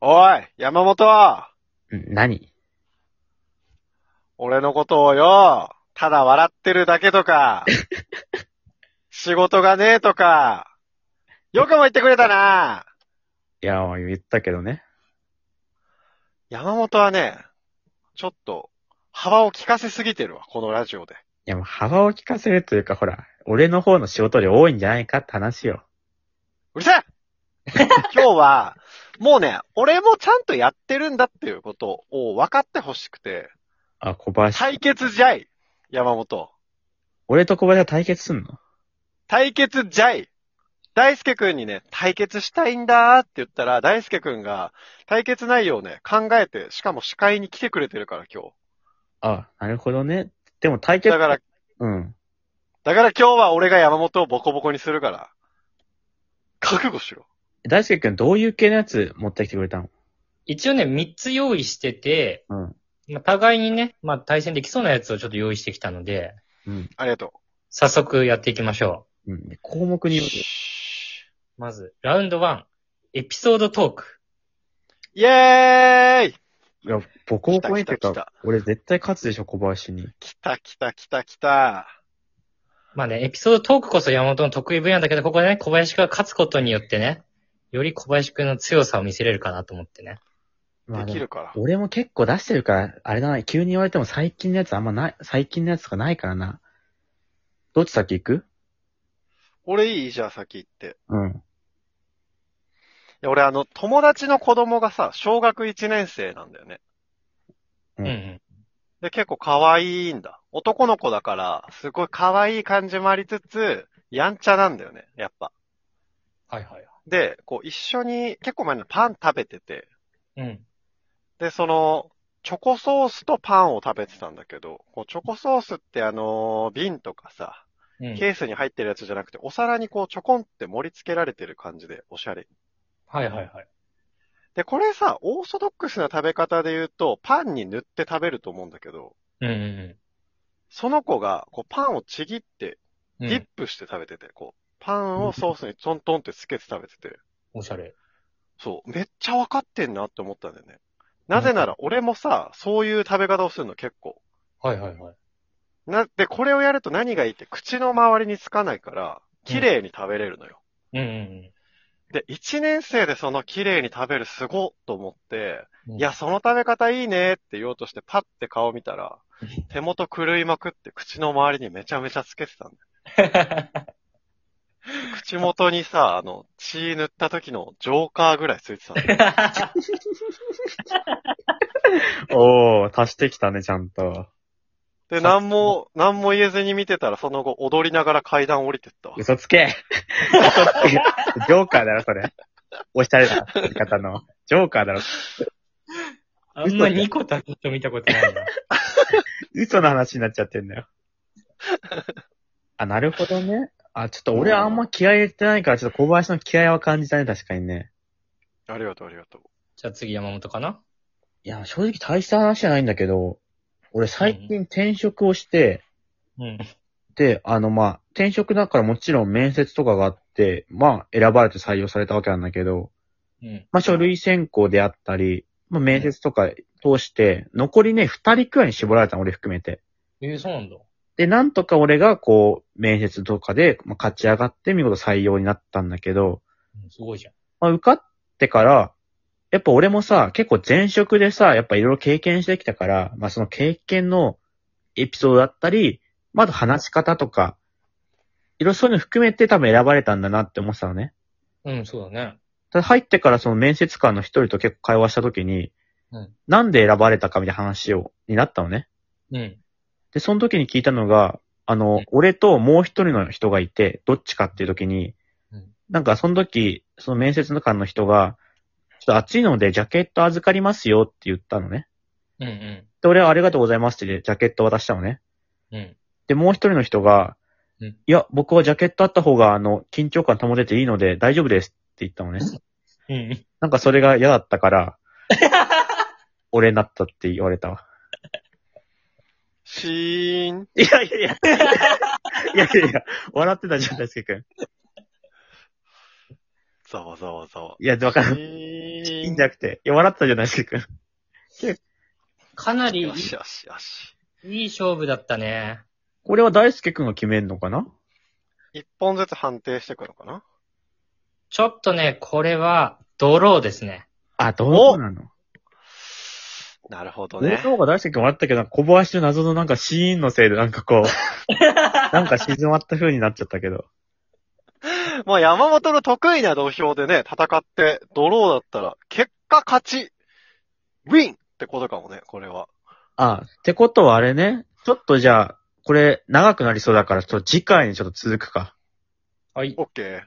おい、山本ん何俺のことをよ、ただ笑ってるだけとか、仕事がねえとか、よくも言ってくれたないや、言ったけどね。山本はね、ちょっと、幅を利かせすぎてるわ、このラジオで。いや、もう幅を利かせるというか、ほら、俺の方の仕事量多いんじゃないかって話よ。うるせえ今日は、もうね、俺もちゃんとやってるんだっていうことを分かってほしくて、あ、小林。対決じゃい、山本。俺と小林は対決すんの対決じゃい。大輔くんにね、対決したいんだーって言ったら、大輔くんが対決内容をね、考えて、しかも司会に来てくれてるから今日。あ、なるほどね。でも対決。だから、、うん。だから今日は俺が山本をボコボコにするから。覚悟しろ。大輔くん、どういう系のやつ持ってきてくれたの一応ね、3つ用意してて、うん。まあ、互いにね、まあ、対戦できそうなやつをちょっと用意してきたので、うん。ありがと早速やっていきましょうん。で項目う。による。シう。まず、ラウンド1、エピソードトーク。ーイェーイいや、ボコボコにっていう来た来た来か、俺絶対勝つでしょ、小林に。来た来た来た来た。まあね、エピソードトークこそ山本の得意分野だけど、ここでね、小林くんが勝つことによってね、より小林くんの強さを見せれるかなと思ってね。まあできでも、るから。俺も結構出してるから、あれだな、急に言われても最近のやつあんまない、最近のやつとかないからな。どっち先行く俺いいじゃあ先行って。うん。いや俺あの、友達の子供がさ、小学1年生なんだよね。ううんんうん。で、結構可愛いんだ。男の子だから、すごい可愛い感じもありつつ、やんちゃなんだよね、やっぱ。はいはい。で、こう一緒に、結構前にパン食べてて、うん。で、その、チョコソースとパンを食べてたんだけど、こうチョコソースってあのー瓶とかさ、うん。ケースに入ってるやつじゃなくて、お皿にこうちょこんって盛り付けられてる感じで、おしゃれ。はいはいはい。で、これさ、オーソドックスな食べ方で言うと、パンに塗って食べると思うんだけど、うんうんその子が、こうパンをちぎって、うん。うディッん、プして食べてて、こう、パンをソースにトントンってつけて食べてて、おしゃれ。そう、めっちゃ分かってんなって思ったんだよね。なぜなら、俺もさ、そういう食べ方をするの結構。はいはいはい。な、で、これをやると何がいいって、口の周りにつかないから、綺麗に食べれるのよ。うんうんで、1年生でその綺麗に食べるすごっと思って、うん。いや、、その食べ方いいねって言おうとして、パッて顔見たら、手元狂いまくって口の周りにめちゃめちゃつけてたんだよ口元にさ、あの、血塗った時のジョーカーぐらいついてたんだよ。おー、足してきたね、ちゃんと。で、なんも、なんも言えずに見てたら、その後踊りながら階段降りてったわ。嘘つけ嘘つけジョーカーだろ、それ。おしゃれな言い方の。ジョーカーだろ。 あんま2個足す人見たことないな。嘘の話になっちゃってんだよ。あ、なるほどね。あ、ちょっと俺はあんま気合い入れてないから、ちょっと小林の気合いは感じたね、確かにね。ありがとう、ありがとう。じゃあ次山本かないや、正直大した話じゃないんだけど、俺最近転職をして、うん。で、あの、まあ、転職だからもちろん面接とかがあって、まあ、選ばれて採用されたわけなんだけど、うん。まあ、書類選考であったり、まあ、面接とか通して、残りね、二人くらいに絞られたの、俺含めて。えー、そうなんだ。で、なんとか俺が、こう、面接とかで、まあ、勝ち上がって見事採用になったんだけど、うんすごいじゃん。まあ、受かってから、やっぱ俺もさ、結構前職でさ、やっぱいろいろ経験してきたから、まあ、その経験のエピソードだったり、まだ話し方とか、いろいろそういうの含めて多分選ばれたんだなって思ってたのね。うん、そうだね。ただ入ってからその面接官の一人と結構会話した時に、うんなんで選ばれたかみたいな話を、になったのね。うん。で、その時に聞いたのが、あの、うん俺ともう一人の人がいて、どっちかっていう時に、うんなんかその時、その面接官の人が、ちょっと暑いのでジャケット預かりますよって言ったのね。うんうで、俺はありがとうございますってジャケット渡したのね。ん。うん。で、もう一人の人が、うんいや、僕はジャケットあった方が、あの、緊張感保てていいので大丈夫ですって言ったのね。うん。なんかそれが嫌だったから、俺になったって言われたわ。シーン。いやいやいや。いやいやいや、笑ってたじゃん、大輔くん。ざわざわざわ。いや、わかシる。ーン。いいんじゃなくて。いや、笑ったじゃないですか。かなりいいよしよしよし。いい勝負だったね。これは大輔くんが決めんのかな一本ずつ判定してくのかなちょっとね、これは、ドローですね。あ、どうなのなるほど俺のね。方が大輔くん笑ったけど、なんか小林の謎のなんかシーンのせいでなんかこう、 なんか静まった風になっちゃったけど。 まあ山本の得意な土俵でね、戦ってドローだったら、結果勝ち、ウィンってことかもね、これは。あ、ってことはあれね、ちょっとじゃあ、これ長くなりそうだから、ちょっと次回にちょっと続くか。はい。オッケー。